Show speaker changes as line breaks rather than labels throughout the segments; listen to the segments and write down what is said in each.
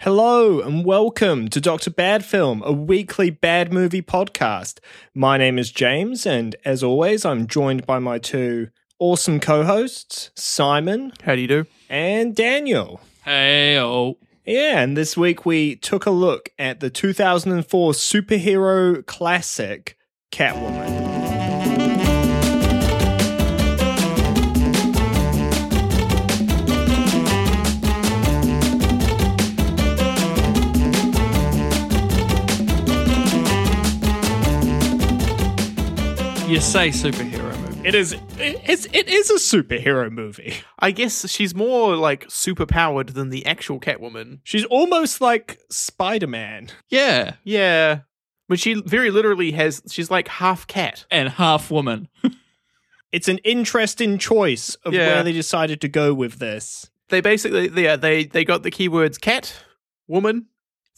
Hello and welcome to Dr. Bad Film, a weekly bad movie podcast. My name is James, and as always, I'm joined by my two awesome co hosts, Simon
How do you do?
and Daniel.
Hey, oh.
Yeah, and this week we took a look at the 2004 superhero classic Catwoman.
You say superhero movie.
It is it's it is a superhero movie.
I guess she's more like super powered than the actual Catwoman.
She's almost like Spider-Man.
Yeah.
Yeah. But she very literally has, she's like half cat.
And half woman.
It's an interesting choice of
Yeah.
where they decided to go with this.
They basically, yeah, they, they got the keywords cat, woman,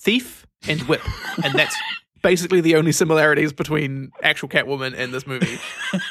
thief, and whip. and that's basically the only similarities between actual Catwoman and this movie.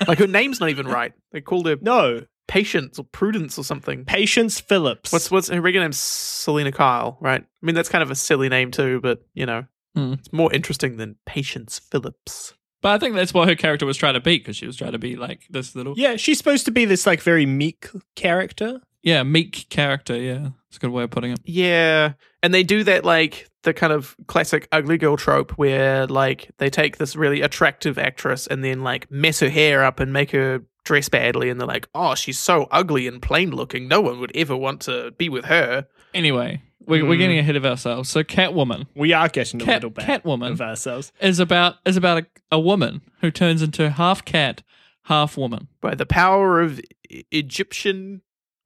like her name's not even right. They called her
No,
Patience or Prudence or something.
Patience Phillips.
What's what's her regular name? Selena Kyle, right? I mean, that's kind of a silly name too, but you know,
Hmm.
it's more interesting than Patience Phillips.
But I think that's what her character was trying to be because she was trying to be like this little, yeah,
yeah, she's supposed to be this like very meek character.
meek character. Yeah. It's a good way of putting it.
Yeah, and they do that like the kind of classic ugly girl trope where like they take this really attractive actress and then like mess her hair up and make her dress badly, and they're like, oh, she's so ugly and plain looking, no one would ever want to be with her.
Anyway, we're, we're getting ahead of ourselves. So, Catwoman
We are getting a
Cat-
Mm. little bit
Catwoman.
of ourselves.
is about is about a, a woman who turns into half cat, half woman.
By the power of E- Egyptian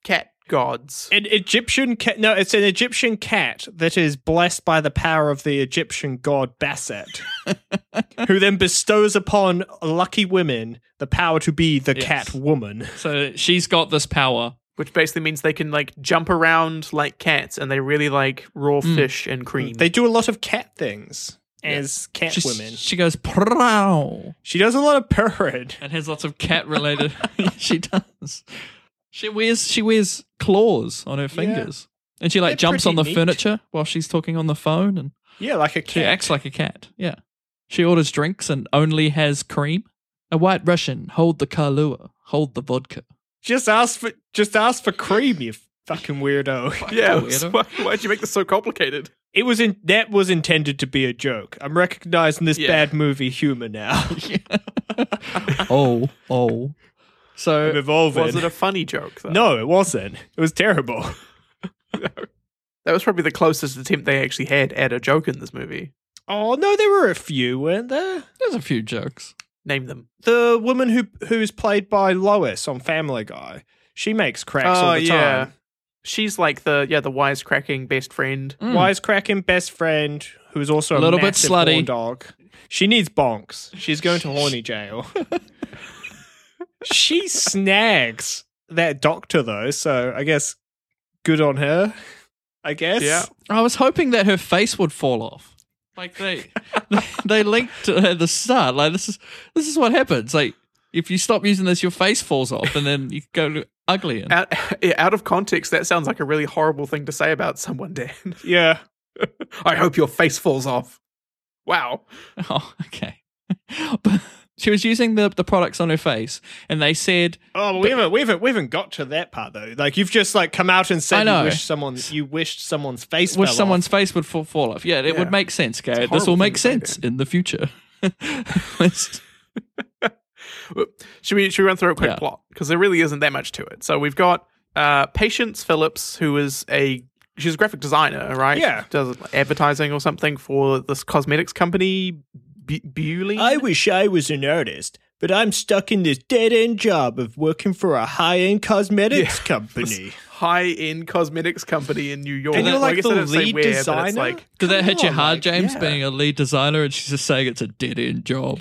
cat gods.
An Egyptian cat? No, it's an Egyptian cat that is blessed by the power of the Egyptian god Basset, who then bestows upon lucky women the power to be the
Yes.
cat woman.
So she's got this power.
which basically means they can like jump around like cats and they really like raw fish and cream.
They do a lot of cat things as cat
She's-
women.
She goes prow
She does a lot of purring.
and has lots of cat related. she does. She wears she wears claws on her fingers, and she like
They're
jumps on the
pretty neat.
furniture while she's talking on the phone, and
Yeah, like a
she
cat.
acts like a cat. Yeah, she orders drinks and only has cream. A white Russian, hold the Kahlua, hold the vodka.
just ask for just ask for cream, you fucking weirdo.
yeah,
Fucking weirdo.
why, why'd you make this so complicated?
It was in that was intended to be a joke. I'm recognizing this
Yeah.
bad movie humor now.
oh, oh.
I'm
So
evolving.
Was it a funny joke? Though?
no, it wasn't. It was terrible.
that was probably the closest attempt they actually had at a joke in this movie.
Oh no, there were a few, weren't there?
there's a few jokes.
Name them.
The woman who who's played by Lois on Family Guy, she makes cracks all
Oh,
the
yeah.
time.
She's like the yeah the wisecracking best friend.
Mm.
Wisecracking best friend who's also a
Little bit
massive
slutty.
horn dog. She needs bonks. She's going to horny jail. she snags that doctor though, so I guess good on her. I guess.
Yeah.
I was hoping that her face would fall off. Like they they linked to her at the start. Like this is this is what happens. Like if you stop using this, your face falls off, and then you go to ugly.
Uh.
And
Out, yeah, out of context, that sounds like a really horrible thing to say about someone, Dan.
Yeah.
I hope your face falls off. Wow.
oh, okay. but she was using the the products on her face, and they said
Oh, but we haven't we haven't we haven't got to that part though. Like you've just like come out and
I
said you
know.
wish someone you wished someone's face
wish
fell off.
someone's face would fall, fall off. Yeah, it
Yeah.
would make sense,
a
Gary. This
horrible
will make
thing to
sense in the future. It's-
Should we should we run through a quick
Yeah.
plot because there really isn't that much to it. So we've got uh, Patience Phillips, who is a she's a graphic designer, right?
Yeah.
does advertising or something for this cosmetics company, B- Beauty.
I wish I was an artist, but I'm stuck in this dead end job of working for a high end cosmetics company.
high end cosmetics company in New York.
And you're
Well, I
like
guess
the
they don't say
lead
where, but it's
designer.
like-
Did that
Come
hit you
on,
hard,
like,
James,
yeah.
being a lead designer? And she's just saying it's a dead end job.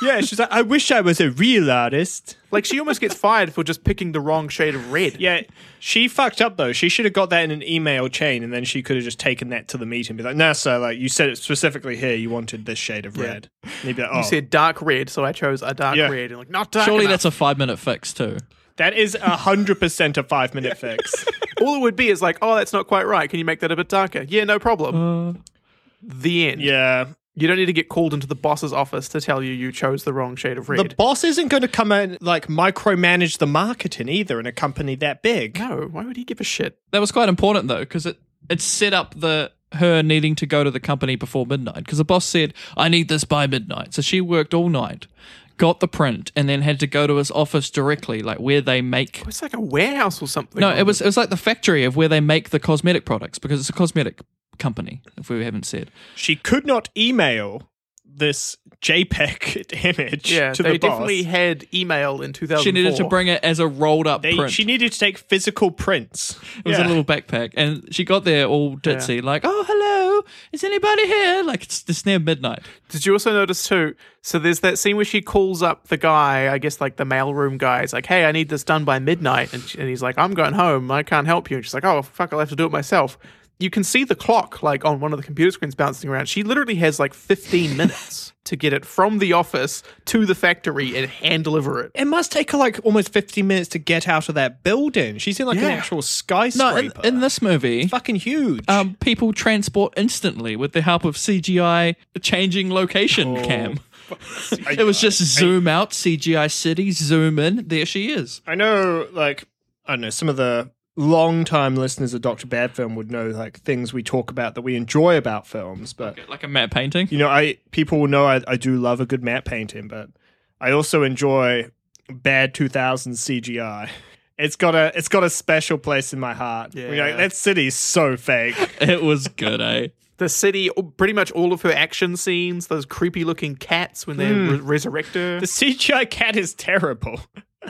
yeah, she's like, I wish I was a real artist.
like she almost gets fired for just picking the wrong shade of red.
Yeah, she fucked up though. She should have got that in an email chain, and then she could have just taken that to the meeting and be like, "No, sir, like you said it specifically here. You wanted this shade of red." And he'd be like, "Oh,
You said dark red, so I chose a dark
Yeah.
red, and like not dark.
Surely
enough.
that's a five minute fix too.
That is hundred percent a five minute fix.
All it would be is like, oh, that's not quite right. Can you make that a bit darker? Yeah, no problem.
Uh,
the end.
Yeah.
You don't need to get called into the boss's office to tell you you chose the wrong shade of
The
red.
boss isn't going to come and like micromanage the marketing either in a company that big.
no, why would he give a shit?
that was quite important though because it it set up the her needing to go to the company before midnight because the boss said i need this by midnight so she worked all night got the print and then had to go to his office directly like where they make
It's like a warehouse or something.
no it was it was like the factory of where they make the cosmetic products because it's a cosmetic company if we haven't said
She could not email this JPEG image
Yeah,
to
they
the boss.
definitely had email in 2004.
she needed to bring it as a rolled up
They-
print
she needed to take physical prints.
It was
Yeah.
a little backpack, and she got there all ditzy, like, "Oh, hello, is anybody here?" Like it's this near midnight.
Did you also notice too? So there's that scene where she calls up the guy, I guess like the mailroom guy. It's like, hey, I need this done by midnight, and, she, and he's like, I'm going home. I can't help you. And she's like, oh fuck, I'll have to do it myself. You can see the clock like on one of the computer screens bouncing around. She literally has like 15 minutes to get it from the office to the factory and hand deliver it.
It must take her like almost 15 minutes to get out of that building. She's in like
Yeah.
an actual
No,
skyscraper.
in, in this movie,
fucking huge.
um, people transport instantly with the help of CGI changing location
Oh.
cam. It was just zoom out, CGI city, zoom in. There she is.
I know, like, I don't know, some of the long-time listeners of Dr. Bad Film would know, like, things we talk about that we enjoy about films. But,
Like a matte painting.
you know, I people will know I, I do love a good matte painting, but I also enjoy bad 2000s CGI. It's got a it's got a special place in my heart. You know,
Yeah.
that city's so fake.
It was good, eh?
The city, pretty much all of her action scenes, those creepy looking cats when they
Hmm.
re- resurrect her.
the CGI cat is terrible.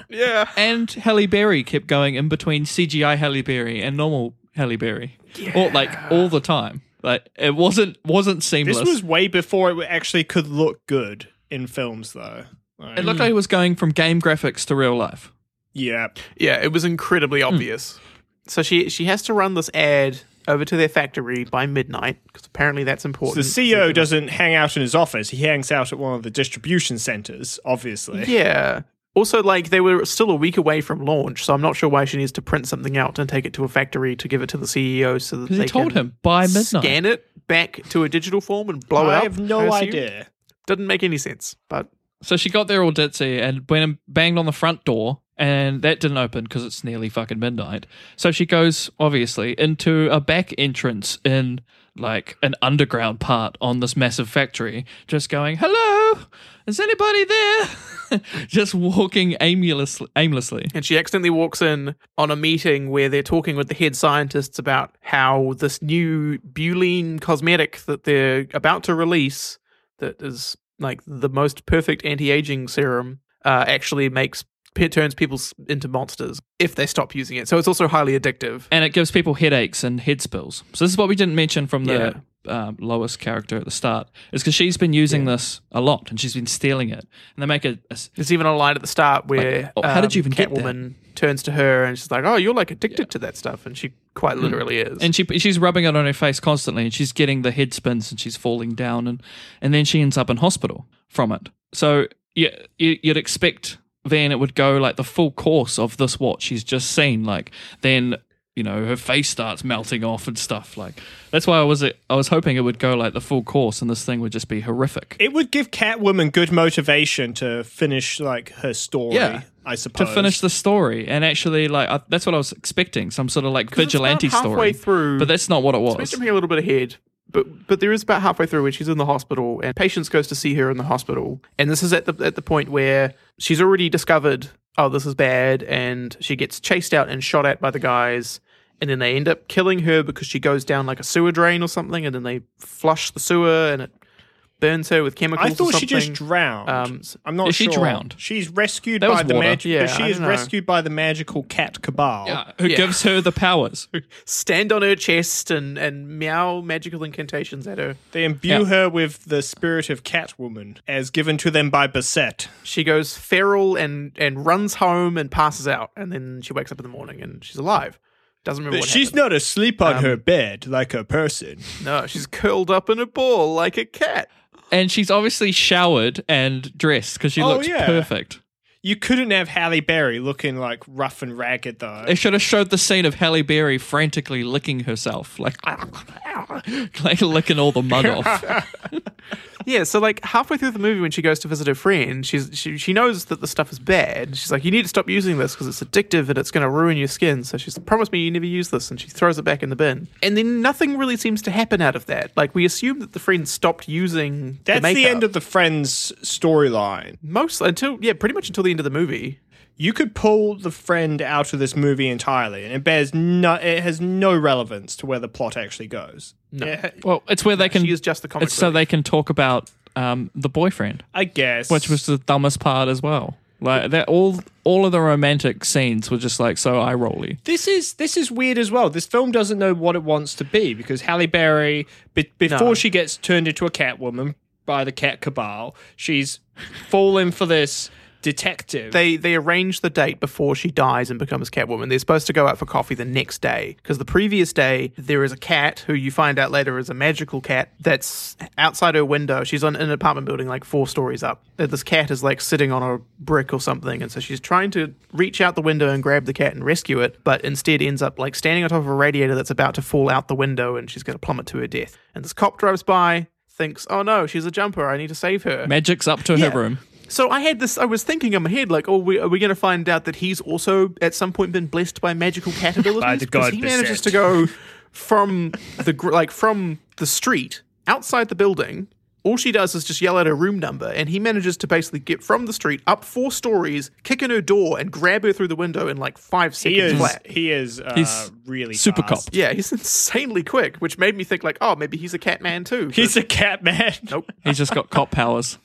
yeah.
And Halle Berry kept going in between CGI Halle Berry and normal Halle Berry, or like all the time. Like it wasn't wasn't seamless.
This was way before it actually could look good in films, though. Like,
It looked like it was going from game graphics to real life.
yeah,
Yeah, it was
Hmm.
incredibly obvious. So she she has to run this ad over to their factory by midnight because apparently that's
the
important.
CEO doesn't hang out in his office. He hangs out at one of the distribution centers, obviously.
Yeah. Also, like they were still a week away from launch, so I'm not sure why she needs to print something out and take it to a factory to give it to the CEO so that
Because
they
he told
can
him by midnight.
scan it back to a digital form and
Oh,
blow it
I
up.
have no
assume.
idea.
Doesn't make any sense, but
So she got there all ditzy and went and banged on the front door, and that didn't open because it's nearly fucking midnight. So she goes, obviously, into a back entrance in like an underground part on this massive factory, just going, hello, is anybody there? just walking aimlessly. aimlessly.
and she accidentally walks in on a meeting where they're talking with the head scientists about how this new Buline cosmetic that they're about to release, that is like the most perfect anti-aging serum, uh, actually makes it turns people s- into monsters if they stop using it. So it's also highly addictive.
And it gives people headaches and head spills. So this is what we didn't mention from the.
Yeah.
Um, Lois character at the start is because she's been using this a lot and she's been stealing it, and they make it a,
There's even a line at the start where um,
Like, oh, how did you even get that?
Catwoman turns to her and she's like, "Oh, you're like addicted to that stuff," and she quite
Hmm.
literally is.
and she she's rubbing it on her face constantly, and she's getting the head spins, and she's falling down, and and then she ends up in hospital from it. So yeah, you, you'd expect then it would go like the full course of this what she's just seen. Like then you know her face starts melting off and stuff. Like that's why I was I was hoping it would go like the full course, and this thing would just be horrific.
It would give Catwoman good motivation to finish like her story.
Yeah.
I suppose
to finish the story and actually like I, that's what I was expecting some sort of like
it's about
vigilante
halfway
story
through-
but that's not what it
We're
was
jumping a little bit ahead, but but there is about halfway through when she's in the hospital and patients goes to see her in the hospital, and this is at the at the point where she's already discovered oh this is bad, and she gets chased out and shot at by the guys, and then they end up killing her because she goes down like a sewer drain or something, and then they flush the sewer and it burns her with chemicals.
I
or
thought she just
something.
drowned.
Um, s-
I'm not
Yeah,
sure.
she drowned.
She's rescued
That
by
was
the
water.
magic.
Yeah,
but she
I
is
don't know.
rescued by the magical cat cabal.
Yeah, who
Yeah.
gives her the powers
stand on her chest and and meow magical incantations at her.
They imbue
Yeah.
her with the spirit of Catwoman, as given to them by Basset.
she goes feral and and runs home and passes out and then she wakes up in the morning and she's alive doesn't remember
But
what
she's
happened.
not asleep on her bed like a person.
no she's curled up in a ball like a cat
and she's obviously showered and dressed because she
Oh,
looks
yeah.
perfect.
You couldn't have Halle Berry looking like rough and ragged though.
They should have showed the scene of Halle Berry frantically licking herself, like, like licking all the mud off.
Yeah, so like halfway through the movie, when she goes to visit her friend, she's she, she knows that the stuff is bad. She's like, "You need to stop using this because it's addictive and it's going to ruin your skin." So she's promised me you never use this, and she throws it back in the bin. And then nothing really seems to happen out of that. Like we assume that the friend stopped using.
That's
the,
the,
makeup.
end of the Friends storyline.
most until yeah, pretty much until the end of the movie.
You could pull the friend out of this movie entirely, and it bears no. It has no relevance to where the plot actually goes. No,
Well, it's where they can.
She is just the comic.
it's so
relief.
they can talk about um, the boyfriend,
I guess.
which was the dumbest part as well. Like that, all all of the romantic scenes were just like so eye rolly.
this is this is weird as well. This film doesn't know what it wants to be because Halle Berry, be, before
No.
she gets turned into a Catwoman by the Cat Cabal, she's fallen for this detective.
they they arrange the date before she dies and becomes Catwoman. They're supposed to go out for coffee the next day because the previous day there is a cat who you find out later is a magical cat that's outside her window. She's on in an apartment building like four stories up. Uh, This cat is like sitting on a brick or something, and so she's trying to reach out the window and grab the cat and rescue it, but instead ends up like standing on top of a radiator that's about to fall out the window and she's going to plummet to her death. And this cop drives by. Thinks, oh no, she's a jumper. I need to save her.
Magic's up to her room.
So I had this. I was thinking in my head, like, oh, we, are we going to find out that he's also at some point been blessed by magical cat abilities?
By the
'Cause
god
he manages
Beset.
to go from the gr- like from the street outside the building. All she does is just yell out her room number, and he manages to basically get from the street up four stories, kick in her door, and grab her through the window in like five seconds
he is
flat.
he is uh,
He's
really
Super
fast.
cop.
Yeah, he's insanely quick, which made me think like, oh, maybe he's a cat man too.
He's a cat man.
nope,
He's just got cop powers.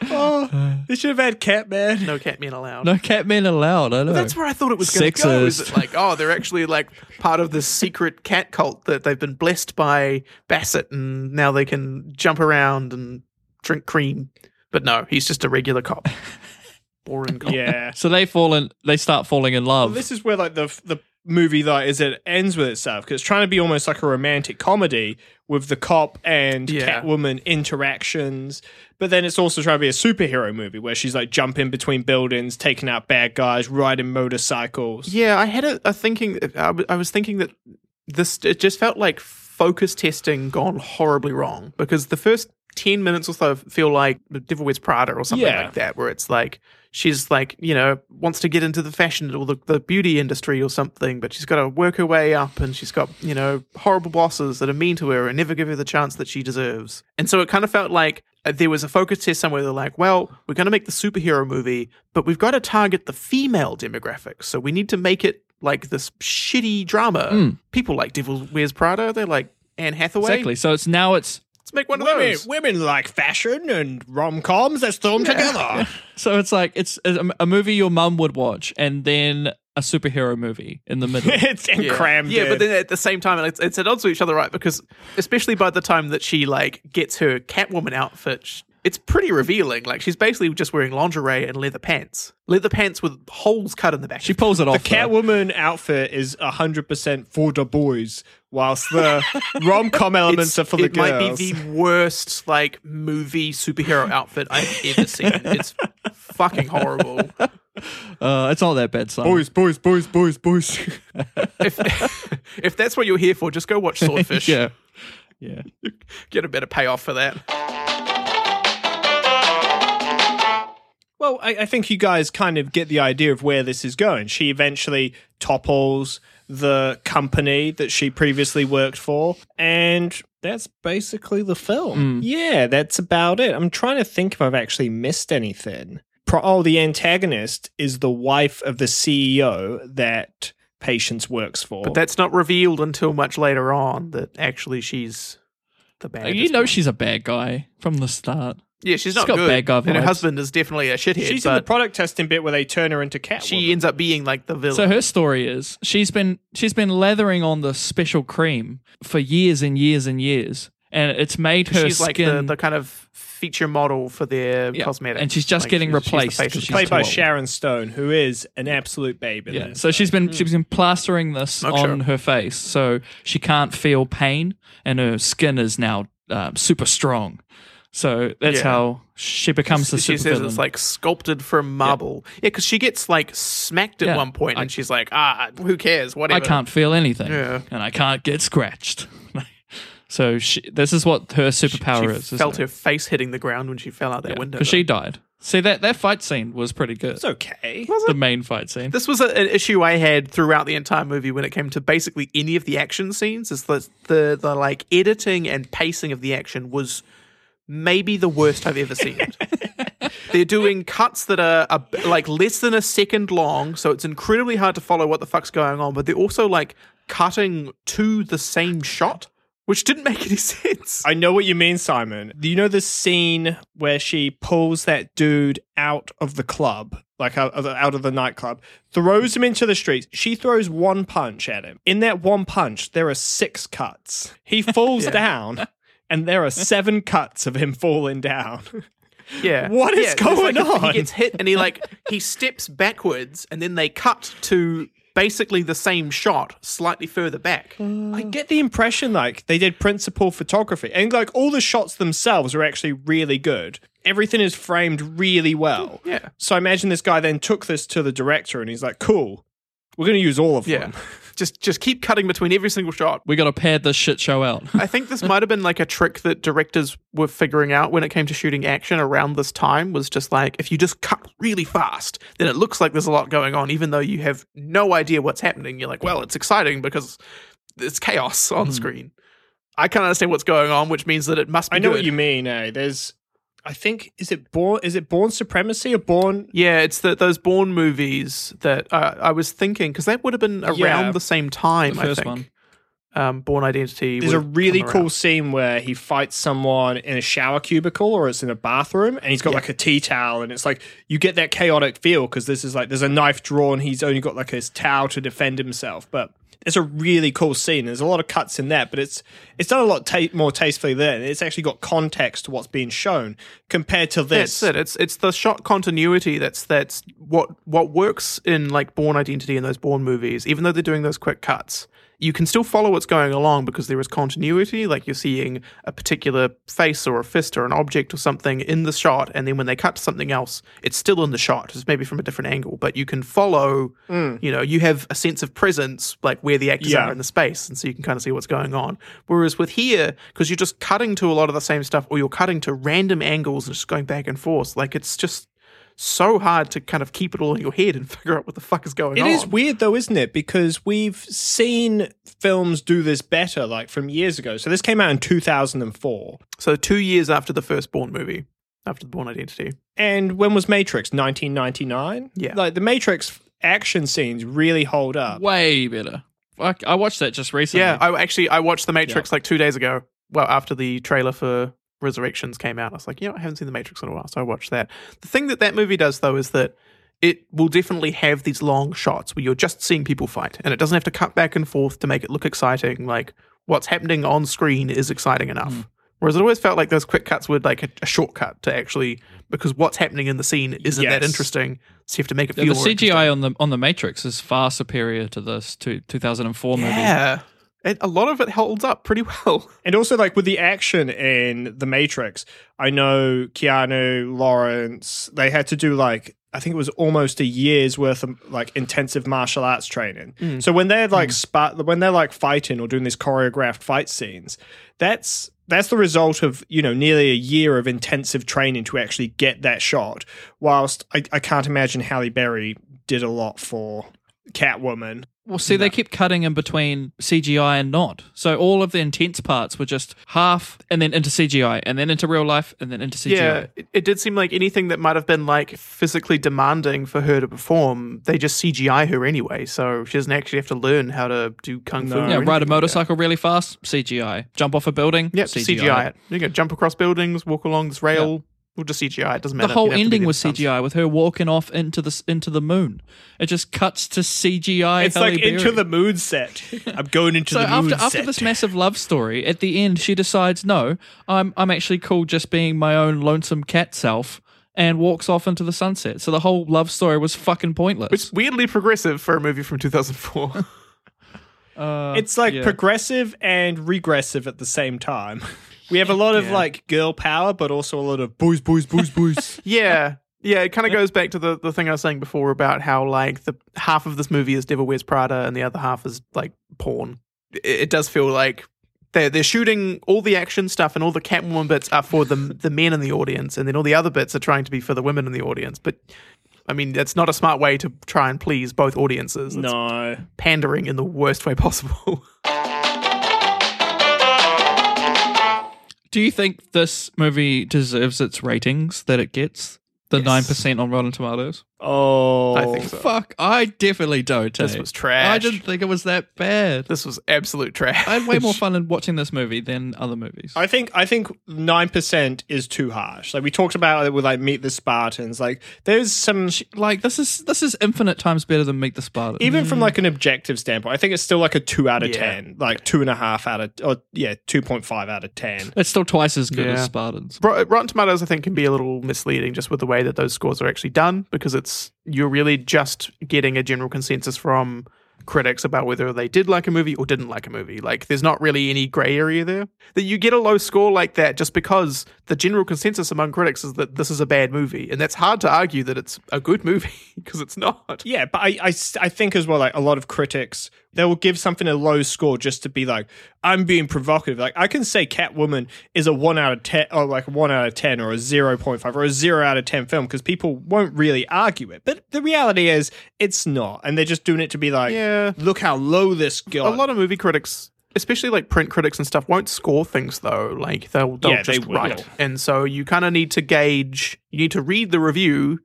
They should have had cat man.
no cat man allowed.
No Catman allowed. I know.
That's where I thought it was going to go. Is
Sexist.
it like, oh, they're actually like part of this secret cat cult that they've been blessed by Bassett, and now they can jump around and drink cream. But no, he's just a regular cop. Boring cop.
Yeah.
so they fall in. They start falling in love.
This is where like the the movie like is it ends with itself because it's trying to be almost like a romantic comedy with the cop and
Yeah.
Catwoman interactions, but then it's also trying to be a superhero movie where she's like jumping between buildings, taking out bad guys, riding motorcycles.
Yeah, I had a, a thinking. I w- I was thinking that this it just felt like focus testing gone horribly wrong because the first ten minutes or so feel like The Devil Wears Prada or something
Yeah.
like that, where it's like she's like you know wants to get into the fashion or the, the beauty industry or something, but she's got to work her way up, and she's got you know horrible bosses that are mean to her and never give her the chance that she deserves, and so it kind of felt like. uh, There was a focus test somewhere. They're like, well, we're going to make the superhero movie, but we've got to target the female demographic. So we need to make it like this shitty drama. People like Devil Wears Prada. They're like Anne Hathaway.
exactly. So it's now it's
Let's make one of
Women,
those.
women like fashion and rom coms. Let's throw them together.
so it's like it's a, a movie your mum would watch, and then a superhero movie in the middle.
it's and
Yeah.
crammed.
yeah, but
in.
then at the same time, it's, it's at odds with each other, right? Because especially by the time that she like gets her Catwoman outfit, sh- it's pretty revealing. Like she's basically just wearing lingerie and leather pants, leather pants with holes cut in the back.
she pulls it off. though.
Catwoman outfit is hundred percent for the boys, whilst the rom com elements
It's-
are for the
it
girls.
might be the worst like movie superhero outfit I've ever seen. It's fucking horrible.
uh, it's not that bad.
Oh,
Son.
boys, boys, boys, boys, boys.
If if that's what you're here for, just go watch Swordfish.
yeah, yeah.
get a better payoff for that.
Well, I, I think you guys kind of get the idea of where this is going. She eventually topples the company that she previously worked for, and that's basically the
Hmm.
film. Yeah, that's about it. I'm trying to think if I've actually missed anything. Pro- oh, the antagonist is the wife of the CEO that Patience works for.
But that's not revealed until much later on that actually she's the bad.
you know she's a bad guy from the start.
yeah, she's not
got
good.
bad guy
and her
vibes.
husband is definitely a shithead.
She's in the
but
product testing bit where they turn her into Catwoman.
she ends up being like the villain.
So her story is she's been she's been lathering on the special cream for years and years and years, and it's made her
she's like
skin.
the, the kind of feature model for their
Yeah,
cosmetics,
and she's just
Like,
getting
she's- she's the
replaced
face
'cause
of
she's
the-
played by
too old.
Sharon Stone, who is an absolute babe in
yeah,
this.
so she's been she's been plastering this
Hmm. Not
on
sure.
her face, so she can't feel pain, and her skin is now um, super strong. So that's
Yeah.
how she becomes the
she
super
says it's like sculpted from marble. Yeah, because she gets like smacked at
Yeah.
one point,
I-
and she's like, "Ah, who cares?
I
Whatever."
can't feel anything,
Yeah.
and I can't get scratched. so she, this is what her superpower
She
is. isn't
felt
it?
her face hitting the ground when she fell out that
Yeah,
window.
'cause she
though.
died. See that that fight scene was pretty good.
It's okay.
the main fight scene.
this was a, an issue I had throughout the entire movie when it came to basically any of the action scenes. Is that the the like editing and pacing of the action was maybe the worst I've ever seen. it. They're doing cuts that are, are like less than a second long, so it's incredibly hard to follow what the fuck's going on. But they're also like cutting to the same shot, which didn't make any sense.
I know what you mean, Simon. You know the scene where she pulls that dude out of the club, like out of the, out of the nightclub, throws him into the streets. She throws one punch at him. In that one punch, there are six cuts. He falls down, and there are seven cuts of him falling down.
Yeah.
What is
Yeah, there's,
going
like, a-
on?
He gets hit and he like he steps backwards and then they cut to basically the same shot slightly further back.
I
Mm.
get the impression like they did principal photography, and like all the shots themselves are actually really good. Everything is framed really well.
Mm, Yeah.
So I imagine this guy then took this to the director, and he's like, "Cool, we're going to use all of
Yeah.
them."
Just just keep cutting between every single shot.
We got to pad this shit show out.
I think this might have been like a trick that directors were figuring out when it came to shooting action around this time was just like if you just cut really fast, then it looks like there's a lot going on, even though you have no idea what's happening. You're like, well, it's exciting because it's chaos
Mm-hmm.
on screen. I can't understand what's going on, which means that it must be.
I know what
good.
you mean. Eh? There's, I think, is it born? Is it born supremacy or born?
Yeah, it's the, those Bourne movies that uh, I was thinking because that would have been around
Yeah.
the same time.
The
I
first
think.
one.
Um, Born Identity.
There's
would
a
have
really
come
cool
around.
scene where he fights someone in a shower cubicle or it's in a bathroom and he's got like a tea towel and it's like you get that chaotic feel because this is like there's a knife drawn, he's only got like his towel to defend himself. But it's a really cool scene. There's a lot of cuts in that, but it's it's done a lot ta- more tastefully there. and It's actually got context to what's being shown compared to this.
That's it. It's it's the shot continuity that's that's what what works in like Born Identity and those Born movies. Even though they're doing those quick cuts, you can still follow what's going along because there is continuity. Like you're seeing a particular face or a fist or an object or something in the shot, and then when they cut to something else, it's still in the shot. It's maybe from a different angle, but you can follow. You know, you have a sense of presence, like where the actors
Mm. Yeah.
are in the space, and so you can kind of see what's going on. Whereas with here, because you're just cutting to a lot of the same stuff, or you're cutting to random angles and just going back and forth, like it's just so hard to kind of keep it all in your head and figure out what the fuck is going
It
on.
is weird though, isn't it? Because we've seen films do this better, like from years ago. So this came out in 2004.
So two years after the first Born movie, after the Born Identity,
And when was Matrix? 1999?
Yeah.
Like the Matrix action scenes really hold up.
Way better. Fuck, I watched that just recently.
yeah. I actually I watched The Matrix like two days ago. Well, after the trailer for Resurrections came out, I was like, you know, I haven't seen The Matrix in a while, so I watched that. The thing that that movie does though is that it will definitely have these long shots where you're just seeing people fight, and it doesn't have to cut back and forth to make it look exciting. Like what's happening on screen is exciting enough.
Hmm.
Whereas it always felt like those quick cuts were like a, a shortcut to actually because what's happening in the scene isn't that
Yes.
interesting, so you have to make it
Yeah,
feel
the
more
CGI on the on the Matrix is far superior to this to 2004 movie.
Yeah, it, a lot of it holds up pretty well.
And also like with the action in The Matrix, I know Keanu, Lawrence, they had to do like I think it was almost a year's worth of like intensive martial arts training.
Mm.
So when they're like spa- when they're like fighting or doing these choreographed fight scenes, that's that's the result of you know nearly a year of intensive training to actually get that shot. Whilst I, I can't imagine Halle Berry did a lot for Catwoman.
Well, see, they kept cutting in between CGI and not. So all of the intense parts were just half and then into CGI and then into real life and then into CGI.
Yeah, it, it did seem like anything that might have been like physically demanding for her to perform, they just CGI her anyway, so she doesn't actually have to learn how to do kung fu.
No.
or
Yeah,
Yeah,
anything
ride a
like
motorcycle really fast, CGI. Jump off a building,
that. Yep,
CGI.
CGI. it. You can jump across buildings, walk along this rail. We'll just CGI. It doesn't
The
matter.
whole
You don't have to be
ending
there
was
for stunts.
CGI with her walking off into the s- into the moon. It just cuts to CGI.
It's
Halle
like into
Berry.
the moon set. I'm going into
So
the moon
after
set.
after this massive love story, at the end she decides, no, I'm I'm actually cool just being my own lonesome cat self, and walks off into the sunset. So the whole love story was fucking pointless.
It's weirdly progressive for a movie from 2004.
Uh,
It's like
yeah.
progressive and regressive at the same time. We have a lot of
Yeah.
like girl power, but also a lot of boys, boys, boys, boys.
Yeah. Yeah, it kind of goes back to the, the thing I was saying before about how like the half of this movie is Devil Wears Prada and the other half is like porn. It, it does feel like they're they're shooting all the action stuff and all the Catwoman bits are for the the men in the audience, and then all the other bits are trying to be for the women in the audience. But I mean, that's not a smart way to try and please both audiences. It's
no.
pandering in the worst way possible.
Do you think this movie deserves its ratings that it gets? The
Yes.
nine percent on Rotten Tomatoes.
Oh.
I think so.
Fuck, I definitely don't.
This
eh?
was trash.
I didn't think it was that bad.
This was absolute trash.
I had way more fun in watching this movie than other movies.
I think I think nine percent is too harsh. Like we talked about it with like Meet the Spartans. Like there's some
like this is this is infinite times better than Meet the Spartans.
even from like an objective standpoint, I think it's still like a two out of
Mm. Yeah.
ten, like two and a half out of or yeah, two point five out of ten.
it's still twice as good
Yeah.
as Spartans.
Rot- uh, Rotten Tomatoes, I think, can be a little misleading just with the way that those scores are actually done because it's you're really just getting a general consensus from critics about whether they did like a movie or didn't like a movie. Like, there's not really any grey area there. That you get a low score like that just because the general consensus among critics is that this is a bad movie, and that's hard to argue that it's a good movie because it's not.
Yeah, but I, I s- I think as well, like a lot of critics, they will give something a low score just to be like, I'm being provocative. Like I can say Catwoman is a one out of ten, or like a one out of ten, or a zero point five, or a zero out of ten film because people won't really argue it. But the reality is, it's not, and they're just doing it to be like,
Yeah.
look how low this got.
A lot of movie critics, especially like print critics and stuff, won't score things though. Like they'll, they'll
Yeah, they
just
will.
write. And so you kind of need to gauge. You need to read the review,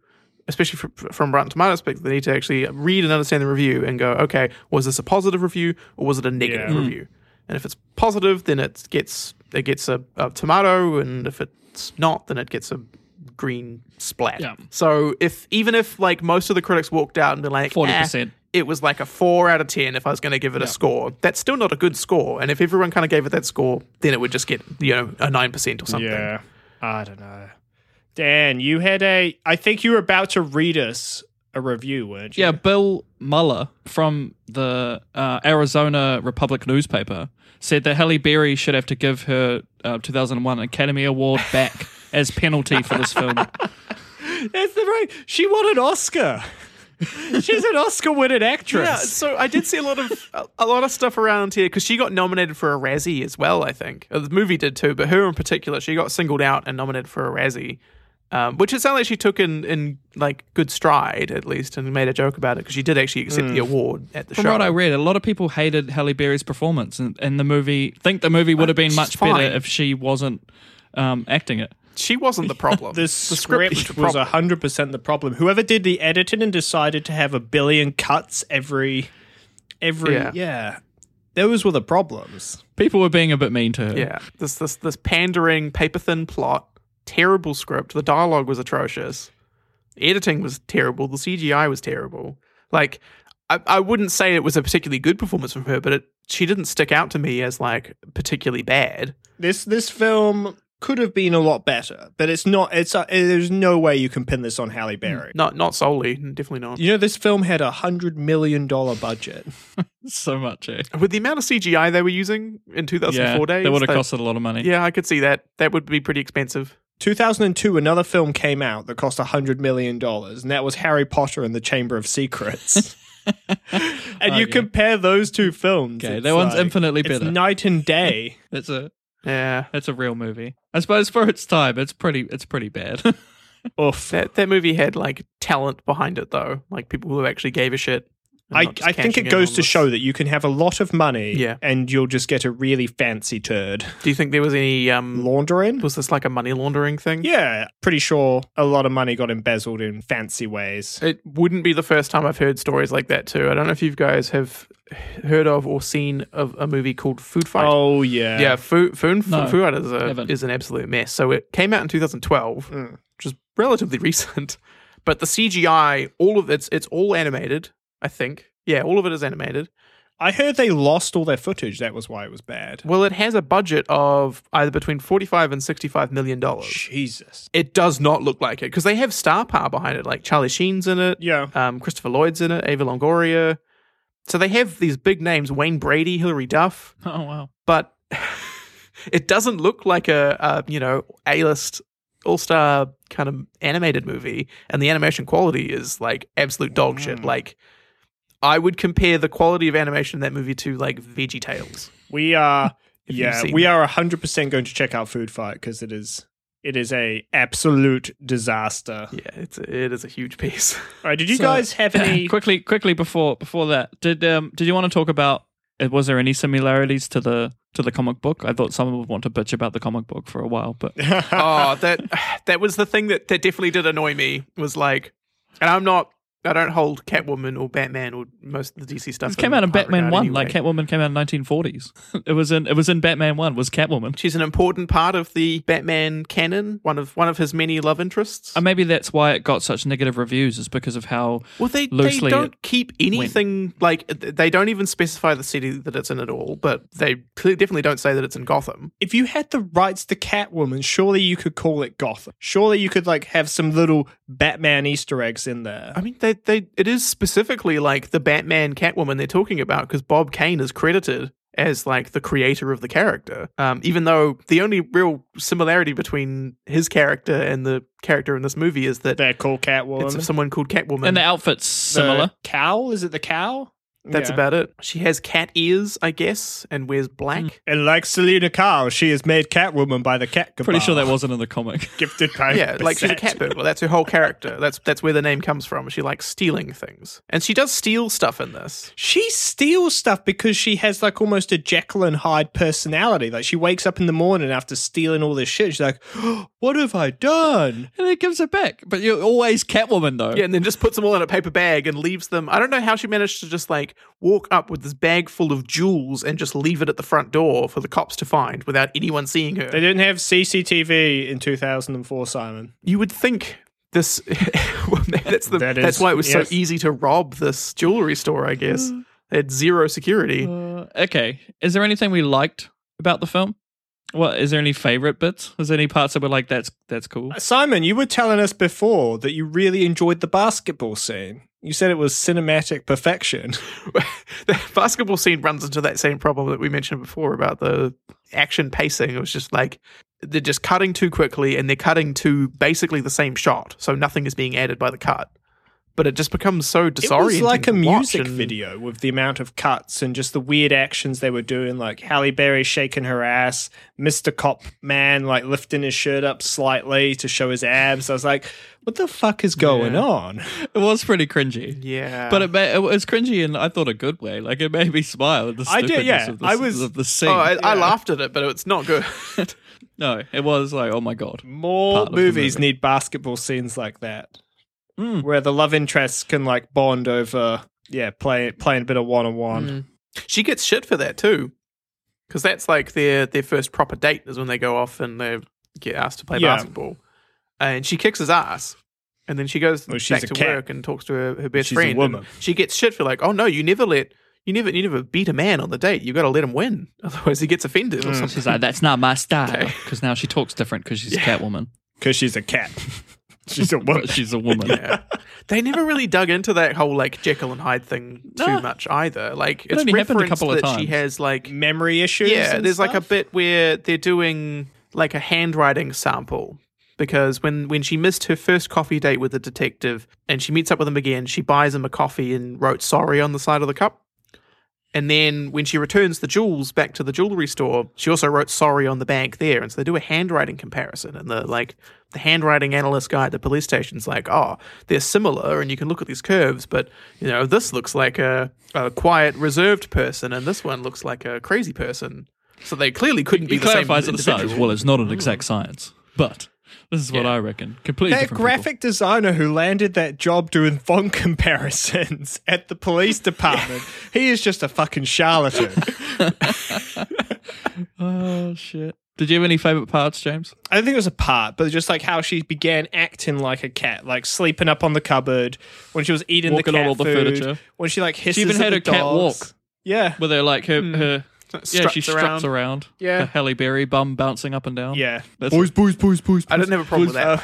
especially from, from Rotten Tomatoes. But they need to actually read and understand the review and go, okay, was this a positive review or was it a negative
Yeah. Mm.
review? And if it's positive, then it gets it gets a, a tomato, and if it's not, then it gets a green splat.
Yeah.
So if even if like most of the critics walked out and been like
Forty
"Eh,
percent.
it was like a four out of ten if I was going to give it a score. That's still not a good score. And if everyone kind of gave it that score, then it would just get you know a nine percent or something.
Yeah. I don't know. Dan, you had a. I think you were about to read us a review, weren't you?
Yeah, Bill Muller from the uh, Arizona Republic newspaper said that Halle Berry should have to give her uh, 2001 Academy Award back as penalty for this film.
That's the right. She won an Oscar. She's an Oscar winning actress.
Yeah, Uh, so I did see a lot of a, a lot of stuff around here because she got nominated for a Razzie as well. I think Uh, the movie did too, but her in particular, she got singled out and nominated for a Razzie, um, which it sounded like she took in in like good stride at least and made a joke about it because she did actually accept
Mm.
the award at the
From
show.
what I read, a lot of people hated Halle Berry's performance, and, and the movie think the movie would have been
she's
much
fine.
better if she wasn't um, acting it.
she wasn't the problem.
The script,
the
was
problem.
was hundred percent the problem. Whoever did the editing and decided to have a billion cuts every, every
Yeah.
yeah, those were the problems.
People were being a bit mean to her.
Yeah, this this this pandering paper thin plot, terrible script. The dialogue was atrocious. The editing was terrible. The CGI was terrible. Like, I, I wouldn't say it was a particularly good performance from her, but it she didn't stick out to me as like particularly bad.
This this film could have been a lot better, but it's not. It's uh there's no way you can pin this on Halle Berry.
Not not solely, definitely not.
Mm. You know, this film had a hundred million dollar budget.
so much. Eh?
With the amount of CGI they were using in 2004
Yeah,
days,
that would have
that-
costed a lot of money.
Yeah, I could see that. That would be pretty expensive.
2002, another film came out that cost $100 million, and that was Harry Potter and the Chamber of Secrets. and
Oh,
you
yeah.
compare those two films.
Okay,
it's
that one's
like-
infinitely
it's
better.
night and day.
That's a
Yeah,
that's a real movie. I suppose for its time, it's pretty it's pretty bad.
Oof.
that that movie had like talent behind it though, like people who actually gave a shit. and
I,
not just
I think
cashing
it
in
goes
on
to
this.
show that you can have a lot of money
Yeah.
and you'll just get a really fancy turd.
Do you think there was any? Um,
Laundering?
was this like a money laundering thing?
Yeah, pretty sure a lot of money got embezzled in fancy ways.
It wouldn't be the first time I've heard stories like that too. I don't know if you guys have heard of or seen of a movie called Food Fight.
Oh, yeah.
yeah, Food Food,
No,
Food Fight is a,
haven't.
is an absolute mess. So it came out in 2012,
Mm.
which is relatively recent. But the CGI, all of it's it's all animated. I think. Yeah, all of it is animated.
I heard they lost all their footage. That was why it was bad.
Well, it has a budget of either between 45 and 65 million dollars.
Jesus.
It does not look like it because they have star power behind it. Like Charlie Sheen's in it.
Yeah.
Um, Christopher Lloyd's in it, Ava Longoria, So they have these big names: Wayne Brady, Hilary Duff,
Oh wow.
but it doesn't look like a, a you know A-list all-star kind of animated movie, and the animation quality is like absolute dog shit.
Mm.
Like, I would compare the quality of animation in that movie to like Veggie Tales.
We are
If you've
yeah,
seen
we are hundred percent going to check out Food Fight because it is it is a absolute disaster.
Yeah, it's a, it is a huge piece.
All right, did you
So-
guys have any?
quickly, quickly before before that, did um did you want to talk about? uh, Was there any similarities to the to the comic book? I thought someone would want to bitch about the comic book for a while, but
uh,
oh, that that was the thing that, that definitely did annoy me was like, and I'm not, I don't hold Catwoman or Batman or most of the DC stuff.
This came out in
high
Batman
regard
One.
anyway.
Like Catwoman came out in 1940s. it was in it was in Batman One. Was Catwoman?
she's an important part of the Batman canon. One of one of his many love interests.
And maybe that's why it got such negative reviews, is because of how
well, they they
loosely
don't
it
keep anything like th- they don't even specify the city that it's in at all. But they cle- definitely don't say that it's in Gotham.
if you had the rights to Catwoman, surely you could call it Gotham. Surely you could like have some little Batman Easter eggs in there.
I mean, they they it is specifically like the Batman Catwoman they're talking about because Bob Kane is credited as like the creator of the character. Um, even though the only real similarity between his character and the character in this movie is that
They're called Catwoman.
it's someone called Catwoman.
and the outfits
The
similar.
cow? Is it the cow?
That's
Yeah.
about it. She has cat ears, I guess, and wears black.
And like Selena Kyle, she is made Catwoman by the cat.
Pretty sure that
Cabal.
wasn't in the comic.
gifted by
Yeah, like she's a cat burglar. That's her whole character. That's that's where the name comes from. She likes stealing things, and she does steal stuff in this.
She steals stuff because she has like almost a Jekyll and Hyde personality. Like she wakes up in the morning after stealing all this shit. She's like, "What have I done?"
and it gives it back. But you're always Catwoman though.
Yeah, and then just puts them all in a paper bag and leaves them. I don't know how she managed to just like walk up with this bag full of jewels and just leave it at the front door for the cops to find without anyone seeing
They
her.
didn't have CCTV in 2004, Simon.
You would think this. well, that's the.
That
that's
is-
why it was
yes.
so easy to rob this jewelry store. I guess they had zero security.
Uh, okay. Is there anything we liked about the film? What is there any favorite bits? Is there any parts that were like that's that's cool?
Simon, you were telling us before that you really enjoyed the basketball scene. You said it was cinematic perfection.
the basketball scene runs into that same problem that we mentioned before about the action pacing. It was just like they're just cutting too quickly and they're cutting to basically the same shot, so nothing is being added by the cut. But it just becomes so
It
disorienting.
was like a
to watch
music
and-
video with the amount of cuts and just the weird actions they were doing, like Halle Berry shaking her ass, Mr. Cop Man like lifting his shirt up slightly to show his abs. I was like, what the fuck is going
Yeah.
on?
It was pretty cringy.
Yeah,
But it, ma- it was cringy, and I thought a good way. Like it made me smile. at The
I did,
stupidness
yeah.
Of the,
I was-
of the scene.
oh, I, I
yeah.
laughed at it, but it's not good.
no, it was like, oh my god.
More
Part of the
movies
movie.
need basketball scenes like that,
Mm.
where the love interests can like bond over, yeah, play, playing a bit of one on one.
Mm. she gets shit for that too, because that's like their their first proper date is when they go off and they get asked to play
Yeah.
basketball, and she kicks his ass, and then she goes
Well, Oh, she's
back
a
to
cat.
work and talks to her, her best
She's a
friend. and
woman.
She gets shit for like, oh no, you never let you never you never beat a man on the date. You got to let him win, otherwise he gets offended
Mm.
or something.
She's like, that's not my style.
Okay.
Because now she talks different because she's Catwoman.
Because she's a cat. she's a woman.
But she's a woman.
Yeah. they never really dug into that whole like Jekyll and Hyde thing too
Nah.
much either. Like it's
only happened a
referenced
couple of
that she
times.
has like
Memory issues.
Yeah,
and
there's like a
stuff?
bit where they're doing like a handwriting sample because when when she missed her first coffee date with the detective and she meets up with him again, she buys him a coffee and wrote sorry on the side of the cup. And then when she returns the jewels back to the jewelry store, she also wrote sorry on the bank there. And so they do a handwriting comparison. And the like the handwriting analyst guy at the police station's like, oh, they're similar and you can look at these curves, but you know, this looks like a, a quiet, reserved person and this one looks like a crazy person. So they clearly couldn't be
He
the same
clarifies at the start.
individual. Mm.
Well, it's not an exact science, but this is what
Yeah.
I reckon. Completely
That
different
graphic designer who landed that job doing font comparisons at the police department, he is just a fucking charlatan.
people. Oh shit! Did you have any favorite parts, James?
I don't think it was a part, but just like how she began acting like a cat, like sleeping up on the cupboard when she was eating
Walking
the
on
cat
all the
food,
furniture.
when she like hisses
even
at
had
the
a cat
dogs.
walk.
Yeah,
Hmm.
Were there like her her Yeah, she struts
around.
around. The
Yeah.
Halle Berry bum bouncing up and down.
Yeah.
That's
Boys, boys, boys, boys.
I didn't have a problem with that.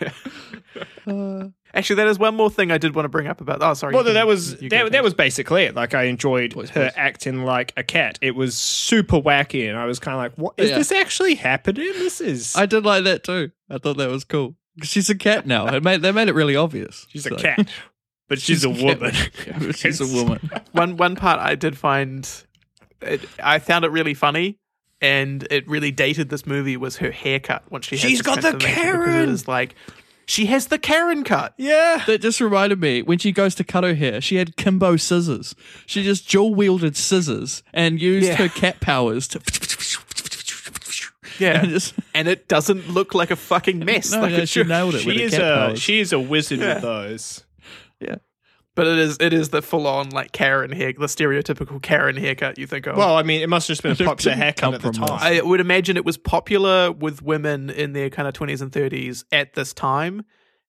Yeah.
Uh,
Actually, that is one more thing I did want to bring up about. Oh, sorry.
Well,
you can-
that was
you
that,
go
that
first.
was basically it. Like I enjoyed
Boys,
her
boys.
acting like a cat. It was super wacky, and I was kind of like, "What is
Yeah.
this actually happening? This is
I did like that too. I thought that was cool. 'Cause She's a cat now. It made, they made it really obvious.
she's a
So-
cat, but she's, a,
cat.
woman.
Yeah, but she's a woman.
one one part I did find. It, I found it really funny, and it really dated this movie was her haircut. Once she has
She's
this
got the
transformation, because
Karen!
It is like she has the Karen cut.
yeah,
That just reminded me when she goes to cut her hair, she had Kimbo scissors. She just dual wielded scissors and used
Yeah.
her cat powers to.
Yeah.
And just,
and it doesn't look like a fucking mess.
no,
like
no,
it
she
should.
nailed it with
she
her
is
cat
a
powers.
she is a wizard with those.
But it is it is the full on like Karen hair, the stereotypical Karen haircut you think of.
Well, I mean, it must have just been a
It
popular
didn't
haircut
come
at the
from
time.
I would imagine it was popular with women in their kind of twenties and thirties at this time,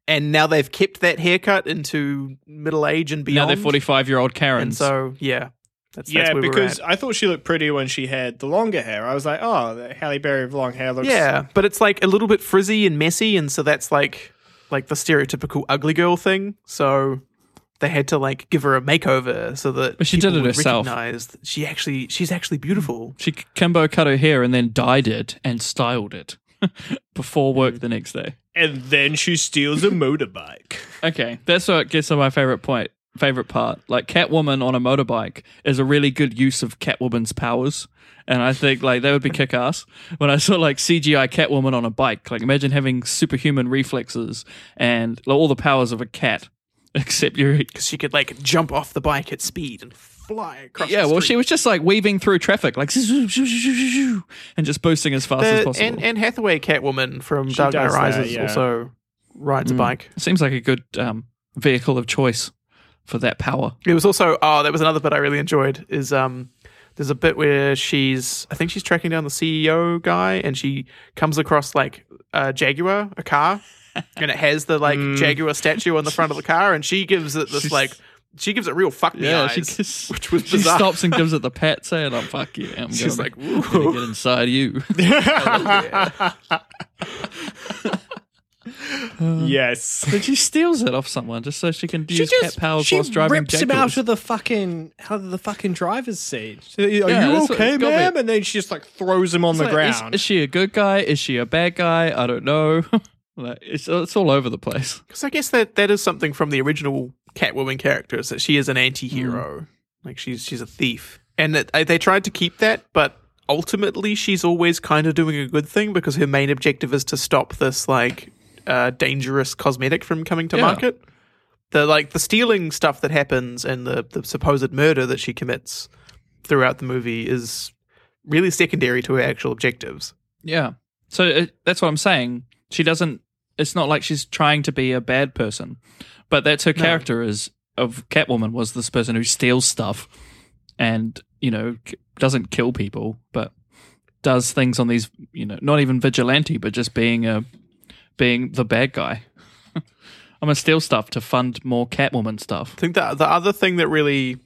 and now they've kept that haircut into middle age and
now
beyond.
they're forty-five-year-old
and
Karens.
so yeah, that's,
yeah,
that's where we're at.
because I thought she looked pretty when she had the longer hair. I was like, oh, the Halle Berry of long hair looks.
Yeah, but it's like a little bit frizzy and messy, and so that's like like the stereotypical ugly girl thing. So they had to like give her a makeover so that
But she did
people
it
would
herself.
recognize that she actually she's actually beautiful.
she Kimbo cut her hair and then dyed it and styled it before work the next day.
and then she steals a motorbike.
Okay, that's what gets to my favorite point, favorite part. Like Catwoman on a motorbike is a really good use of Catwoman's powers, and I think like that would be kick ass. When I saw like CGI Catwoman on a bike, like imagine having superhuman reflexes and like, all the powers of a cat, except you're.
Because she could like jump off the bike at speed and fly across.
Yeah,
the
well, she
street.
was just like weaving through traffic, like zoo, zoo, zoo, zoo, zoo, zoo, and just boosting as fast as
the,
possible.
Uh, and, and Hathaway Catwoman from Dark Knight
does that,
Rises
yeah.
also rides a bike.
Seems like a good um, vehicle of choice for that power.
It was also oh, that was another bit I really enjoyed is um there's a bit where she's I think she's tracking down the CEO guy and she comes across like a Jaguar, a car, and it has the like Jaguar statue on the front of the car and she gives it this
Mm. She's-
like she gives it real fuck me eyes. which was
she
bizarre.
stops and gives it the pat, saying, "I'm fuck you." I'm
She's
gonna,
like, "Ooh."
gonna get inside you."
Uh, yes.
but she steals it off someone just so she can use cat powers
she
whilst driving.
rips him out
Jaguars.
of the fucking out of the fucking driver's seat. Are you
that's what
okay,
it's gotta be.
ma'am? And then she just like throws him on the
It's like, is-
ground.
Is, she a good guy? Is she a bad guy? I don't know. like, it's it's all over the place.
Because I guess that that is something from the original Catwoman character is that she is an anti-hero. Like she's she's a thief, and that uh, they tried to keep that, but ultimately she's always kind of doing a good thing because her main objective is to stop this like uh, dangerous cosmetic from coming to
Yeah.
market. The like the stealing stuff that happens and the the supposed murder that she commits throughout the movie is really secondary to her actual objectives.
Yeah. So it, that's what I'm saying. She doesn't. It's not like she's trying to be a bad person, but that's her character is of Catwoman was this person who steals stuff, and you know k- doesn't kill people, but does things on these you know not even vigilante, but just being a being the bad guy. I'm gonna steal stuff to fund more Catwoman stuff.
I think that the other thing that really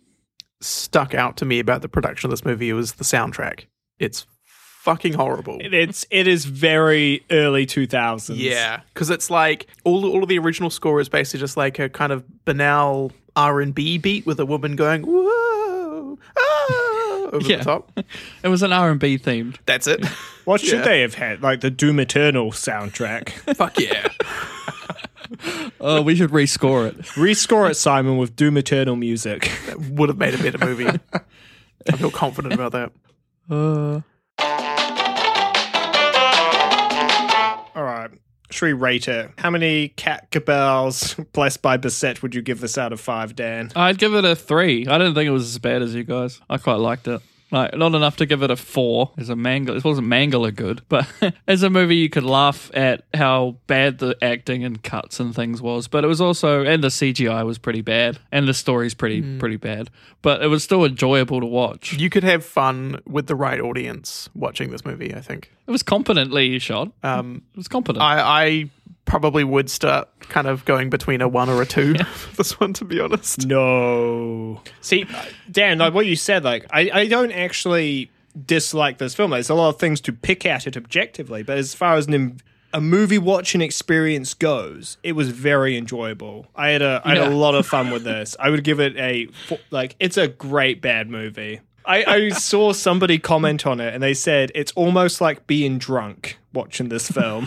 stuck out to me about the production of this movie was the soundtrack. It's fucking horrible.
it's it is very early two thousands.
Yeah, because it's like all all of the original score is basically just like a kind of banal R and B beat with a woman going whoa ah, over
Yeah.
the top.
It was an R and B themed.
That's it.
What should
Yeah.
they have had? Like the Doom Eternal soundtrack.
Fuck yeah.
Oh, we should rescore it.
Rescore it, Simon, with Doom Eternal music.
would have made a better movie. I feel confident about that.
Uh,
All right. Should we rate it? How many cat cabals blessed by Beset would you give this out of five, Dan?
I'd give it a three. I didn't think it was as bad as you guys. I quite liked it. Like not enough to give it a four. As a manga, it wasn't mangala good, but as a movie, you could laugh at how bad the acting and cuts and things was. But it was also, and the CGI was pretty bad, and the story's pretty
Mm.
pretty bad. But it was still enjoyable to watch.
You could have fun with the right audience watching this movie. I think.
It was competently shot.
Um,
It was competent.
I, I probably would start kind of going between a one or a two for this one, to be honest.
No. See, Dan, like what you said, like I, I don't actually dislike this film. There's a lot of things to pick at it objectively, but as far as an, im- a movie watching experience goes, it was very enjoyable. I had a I had
Yeah.
a lot of fun with this. I would give it a fo- like it's a great bad movie. I, I saw somebody comment on it and they said it's almost like being drunk watching this film,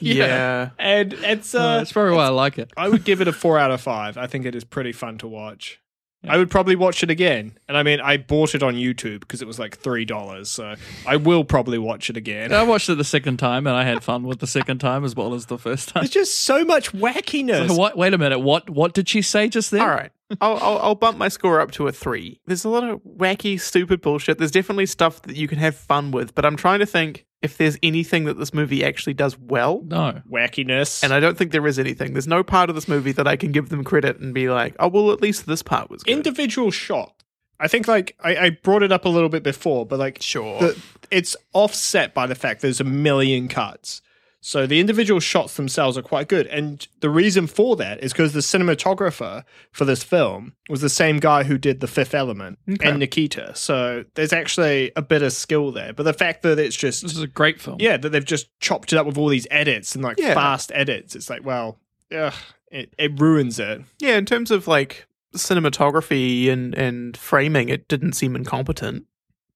yeah.
and it's
Uh,
uh,
that's probably why I like it.
I would give it a four out of five. I think it is pretty fun to watch. I would probably watch it again. And I mean, I bought it on YouTube because it was like $3. So I will probably watch it again.
I watched it the second time and I had fun with the second time as well as the first time.
There's just so much wackiness.
What, wait a minute. What what did she say just then?
All right. I'll, I'll I'll bump my score up to a three. There's a lot of wacky, stupid bullshit. There's definitely stuff that you can have fun with, but I'm trying to think if there's anything that this movie actually does well.
No.
Wackiness.
And I don't think there is anything. There's no part of this movie that I can give them credit and be like, oh, well, at least this part was good.
Individual shot. I think, like, I, I brought it up a little bit before, but like,
sure.
the, it's offset by the fact there's a million cuts. So the individual shots themselves are quite good. And the reason for that is because the cinematographer for this film was the same guy who did The Fifth Element
Okay.
and Nikita. So there's actually a bit of skill there. But the fact that it's
This
just,
is a great film.
yeah, that they've just chopped it up with all these edits and like
Yeah.
fast edits, it's like, well, ugh, it, it ruins it.
yeah, in terms of like cinematography and, and framing, it didn't seem incompetent.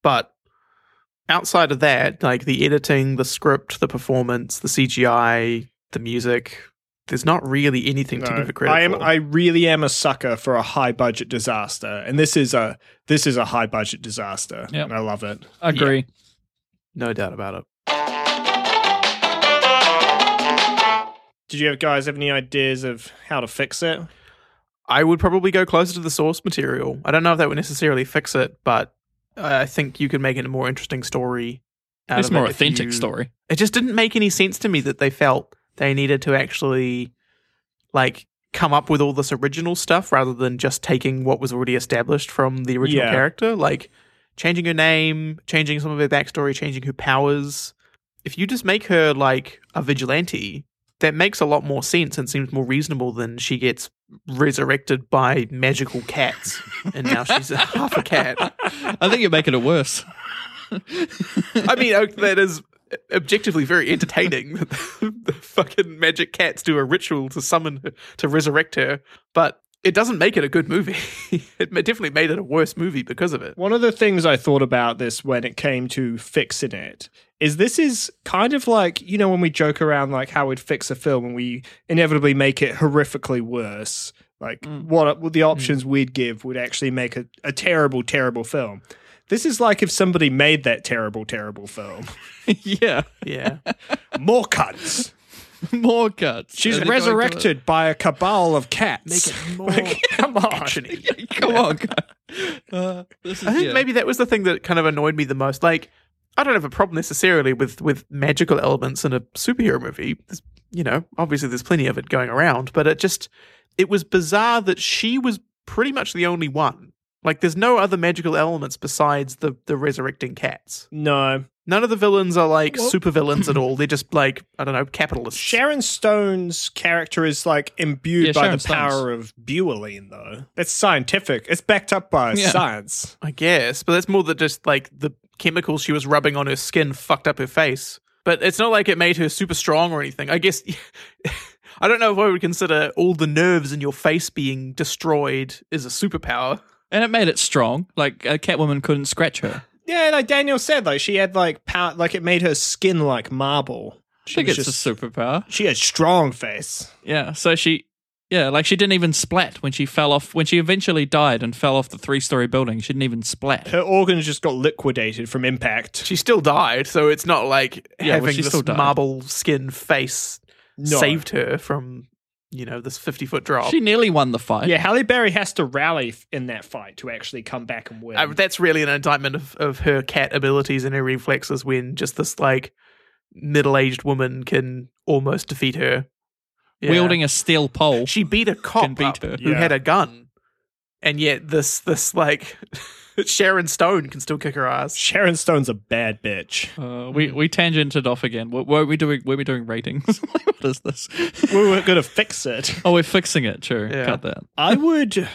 But outside of that, like the editing, the script, the performance, the CGI, the music, there's not really anything to
No,
give it credit
I am.
for.
I really am a sucker for a high budget disaster, and this is a this is a high budget disaster,
Yep.
and I love it.
Agree.
no doubt about it.
Did you have guys have any ideas of how to fix it?
I would probably go closer to the source material. I don't know if that would necessarily fix it, but I think you could make it a more interesting story. out
It's
of
more
it if
authentic
you-
story.
it just didn't make any sense to me that they felt they needed to actually like come up with all this original stuff rather than just taking what was already established from the original
Yeah.
character like changing her name changing some of her backstory changing her powers if you just make her like a vigilante that makes a lot more sense and seems more reasonable than she gets resurrected by magical cats and now she's half a cat
I think you're making it worse.
I mean, o- that is objectively very entertaining. that the the fucking magic cats do a ritual to summon her, to resurrect her, but it doesn't make it a good movie. it ma- definitely made it a worse movie because of it.
One of the things I thought about this when it came to fixing it is this is kind of like, you know, when we joke around like how we'd fix a film and we inevitably make it horrifically worse. Like
Mm.
what, what the options we'd give would actually make a, a terrible, terrible film. This is like if somebody made that terrible, terrible film.
yeah.
Yeah.
More cuts.
More cuts.
She's
And they're going to-
resurrected by a cabal of cats.
more
Come on.
Come on, guys. Uh, this is,
I think
yeah.
maybe that was the thing that kind of annoyed me the most. Like, I don't have a problem necessarily with with magical elements in a superhero movie. There's, you know, obviously there's plenty of it going around, but it just it was bizarre that she was pretty much the only one. Like, there's no other magical elements besides the the resurrecting cats.
No.
None of the villains are like
Well-
super villains at all. They're just like I don't know, capitalists.
Sharon Stone's character is like imbued
Yeah,
by
Sharon
the power of Buellene, though. It's scientific. It's backed up by
Yeah.
science.
I guess, but that's more than just like the chemicals she was rubbing on her skin fucked up her face. But it's not like it made her super strong or anything. I guess I don't know if I would consider all the nerves in your face being destroyed is a superpower.
and it made it strong. Like uh, Catwoman couldn't scratch her.
Yeah, like Daniel said, like she had like power, like it made her skin like marble.
I
She
think
was
it's
just-
a superpower.
She had strong face.
Yeah. So she, yeah, like she didn't even splat when she fell off. When she eventually died and fell off the three-story building, she didn't even splat.
Her organs just got liquidated from impact.
She still died, so it's not like
Yeah, well,
having
she still
this
died.
marble skin face
No.
saved her from you know this fifty foot drop.
She nearly won the fight.
Yeah, Halle Berry has to rally f- in that fight to actually come back and win.
I, that's really an indictment of, of her cat abilities and her reflexes when just this like middle aged woman can almost defeat her. Yeah.
Wielding a steel pole.
she beat a cop
can beat
up
her.
who
Yeah.
had a gun, and yet this this like Sharon Stone can still kick her ass.
Sharon Stone's a bad bitch.
Uh, we we tangented off again. What were we doing? Were we doing ratings? what is this?
we were going to fix it.
oh, we're fixing it. Sure,
Yeah.
cut that.
I would.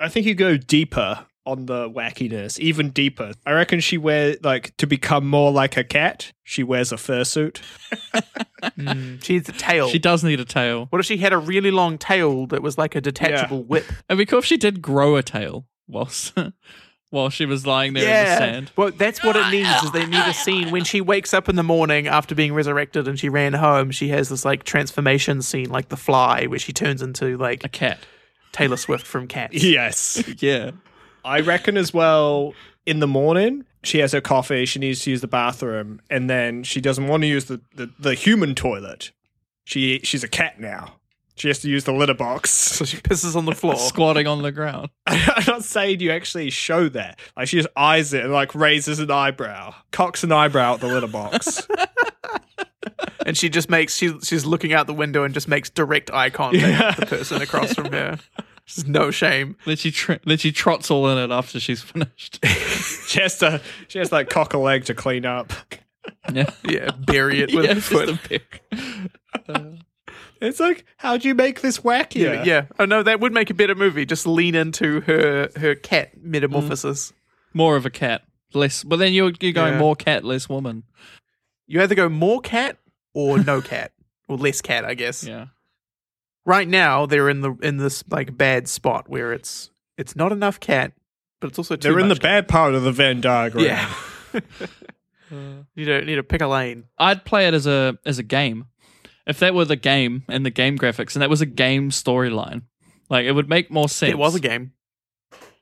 I think you go deeper on the wackiness, even deeper. I reckon she wear like to become more like a cat. She wears a fursuit.
Mm. She needs a tail.
She does need a tail.
what if she had a really long tail that was like a detachable whip?
It'd be cool if she did grow a tail whilst while she was lying there in the sand.
Well, that's what it needs. Is they need a scene when she wakes up in the morning after being resurrected and she ran home. She has this like transformation scene, like The Fly, where she turns into
A
like
cat.
Taylor Swift from Cats.
Yes.
Yeah.
I reckon as well in the morning she has her coffee, she needs to use the bathroom, and then she doesn't want to use the, the, the human toilet. She she's a cat now. She has to use the litter box.
So she pisses on the floor.
Squatting on the ground.
I'm not saying you actually show that. Like she just eyes it and like raises an eyebrow, cocks an eyebrow at the litter box.
and she just makes she she's looking out the window and just makes direct eye contact
Yeah.
with the person across from her. Just no shame.
Then she tr- then she trots all in it after she's finished.
she has to she has to like cock a leg to clean up.
yeah.
Yeah, bury it with
Yeah,
her
just
foot.
a Uh, pic.
It's like, how do you make this
Yeah.
wackier?
yeah, Oh no, that would make a better movie. Just lean into her her cat
Mm.
metamorphosis.
More of a cat. Less but then you're you're going
Yeah.
more cat, less woman.
You either go more cat or no cat or less cat, I guess.
Yeah.
Right now they're in the in this like bad spot where it's it's not enough cat, but it's also too
They're in the
much cat.
bad part of the Venn diagram.
Yeah. you don't need to pick a lane.
I'd play it as a as a game. If that were the game and the game graphics and that was a game storyline. Like it would make more sense.
It was a game.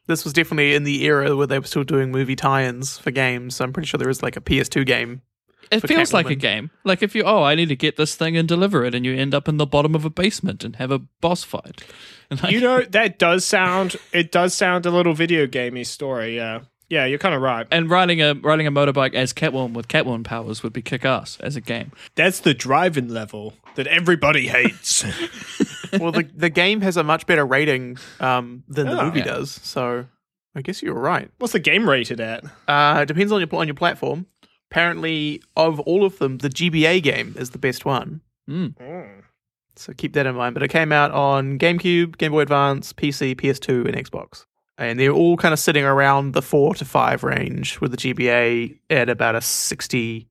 This was definitely in the era where they were still doing movie tie-ins for games. So I'm pretty sure there was like a PS2 game.
It
for
feels like a
Catwoman.
game. Like if you oh, I need to get this thing and deliver it and you end up in the bottom of a basement and have a boss fight. And like,
you know that does sound it does sound a little video gamey story yeah yeah you're kind of right
and riding a riding a motorbike as Catwoman with Catwoman powers would be kick ass as a game.
that's the driving level that everybody hates
Well, the the game has a much better rating um, than the
Oh.
movie
Yeah.
does. So I guess you're right.
what's the game rated at
Uh, it depends on your pl- on your platform. Apparently, of all of them, the GBA game is the best one.
Mm.
Mm. So keep that in mind. But it came out on GameCube, Game Boy Advance, PC, PS2, and Xbox. And they're all kind of sitting around the four to five range with the GBA at about a 60,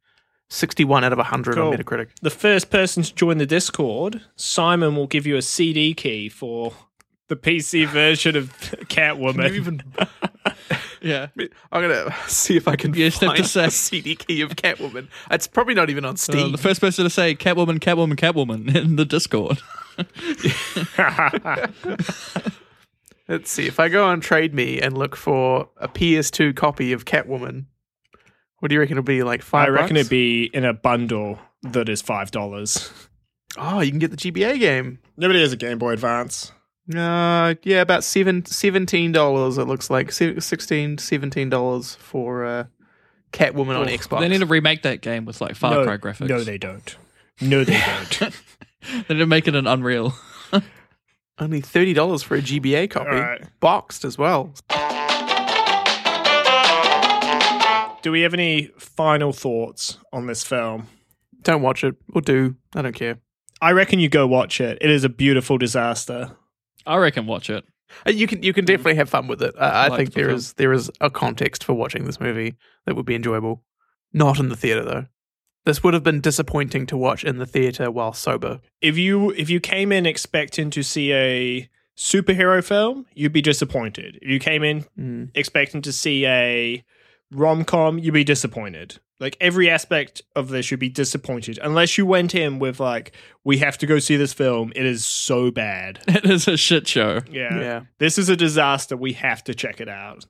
61 out of 100
Cool.
on Metacritic.
the first person to join the discord simon will give you a cd key for the pc version of catwoman
Yeah.
I'm going to see if I can
You just have
find
to say-
a CD key of Catwoman. It's probably not even on
Uh,
Steam.
the first person to say Catwoman, Catwoman, Catwoman in the Discord.
Let's see. If I go on Trade Me and look for a PS2 copy of Catwoman, what do you reckon it'll be? Like five
i reckon
bucks?
it'd be in a bundle that is five dollars
Oh, you can get the GBA game.
nobody has a game boy advance
Uh, yeah, about seven, $17, it looks like. Se- 16 $17 for uh, Catwoman on Xbox.
They need to remake that game with like Far Cry graphics.
no they don't no they don't
They need to make it an Unreal.
Only $30 for a GBA copy.
Alright.
Boxed as well.
do we have any final thoughts on this film
Don't watch it. Or do. I don't care.
I reckon you go watch it. It is a beautiful disaster.
I reckon watch it.
Uh, You can you can definitely have fun with it. Uh, I, I
like
think
the
there
film.
is there is a context for watching this movie that would be enjoyable. Not in the theater though. This would have been disappointing to watch in the theater while sober.
If you if you came in expecting to see a superhero film, you'd be disappointed. If you came in
Mm.
expecting to see a rom com, you'd be disappointed. Like every aspect of this, you'd be disappointed unless you went in with like, we have to go see this film. It is so bad.
It is a shit show.
Yeah,
Yeah. yeah,
this is a disaster. We have to check it out.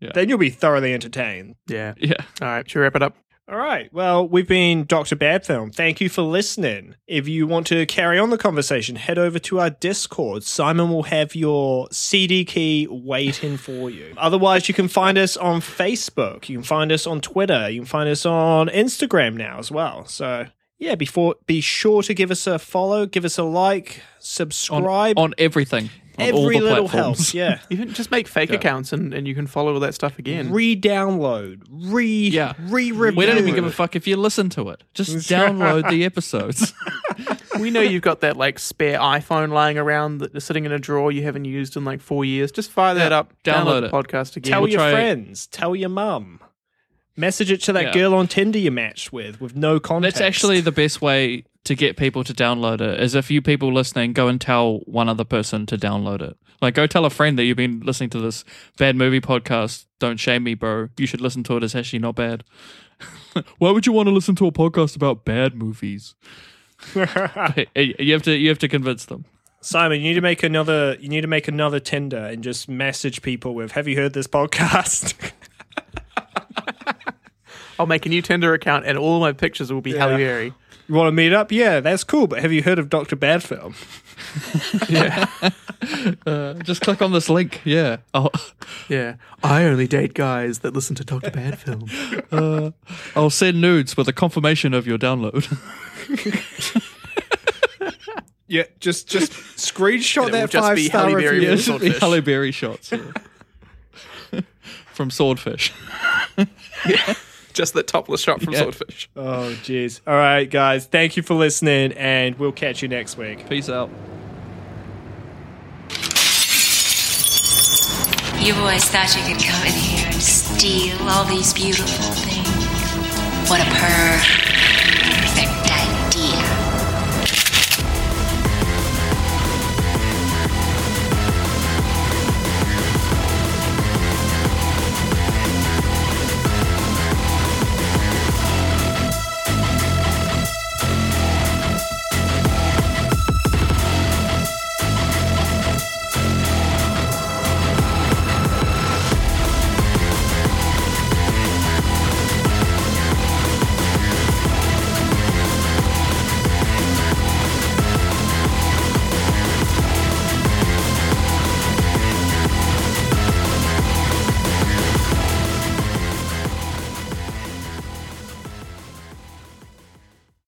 Yeah.
Then you'll be thoroughly entertained.
Yeah.
All right, should we wrap it up?
All right. Well, we've been Dr. Bad Film. Thank you for listening. If you want to carry on the conversation, head over to our Discord. Simon will have your CD key waiting for you. Otherwise, you can find us on Facebook. You can find us on Twitter. You can find us on Instagram now as well. So, yeah, before be sure to give us a follow, give us a like,
On,
subscribe.
on everything. On all
Every
the
little
platforms.
helps. Yeah.
Even just make fake accounts and, and you can follow all that stuff again.
Re-download, re
Yeah.
re-review.
We don't even give a fuck if you listen to it. Just download the episodes.
we know you've got that like spare iPhone lying around that is sitting in a drawer you haven't used in like four years. Just fire that
Yeah,
up, download,
download
the
it.
podcast again.
Tell
we'll
your
try-
friends. Tell your mum. Message it to that
Yeah.
girl on Tinder you matched with with no context.
That's actually the best way to get people to download it is if you people listening go and tell one other person to download it. Like go tell a friend that you've been listening to this bad movie podcast. Don't shame me, bro. You should listen to it. It's actually not bad. Why would you want to listen to a podcast about bad movies? Hey, hey, You have to you have to convince them.
Simon, you need to make another. You need to make another Tinder and just message people with, "Have you heard this podcast?"
I'll make a new Tinder account and all my pictures will be Halle Berry.
you want to meet up? Yeah, that's cool. But have you heard of Doctor Bad Film?
Uh, Just click on this link. Yeah. I'll,
Yeah. I only date guys that listen to Dr. Bad Film.
I'll send nudes with a confirmation of your download.
Yeah, just just screenshot
And it will just be Halle Berry
review.
yeah,
with-
it should be
Swordfish.
Halle Berry shots. yeah. From Swordfish.
Just that topless shot from
Yeah.
Swordfish.
Oh, jeez. All right, guys. Thank you for listening, and we'll catch you next week.
Peace out.
You always thought you could come in here and steal all these beautiful things. What a perv.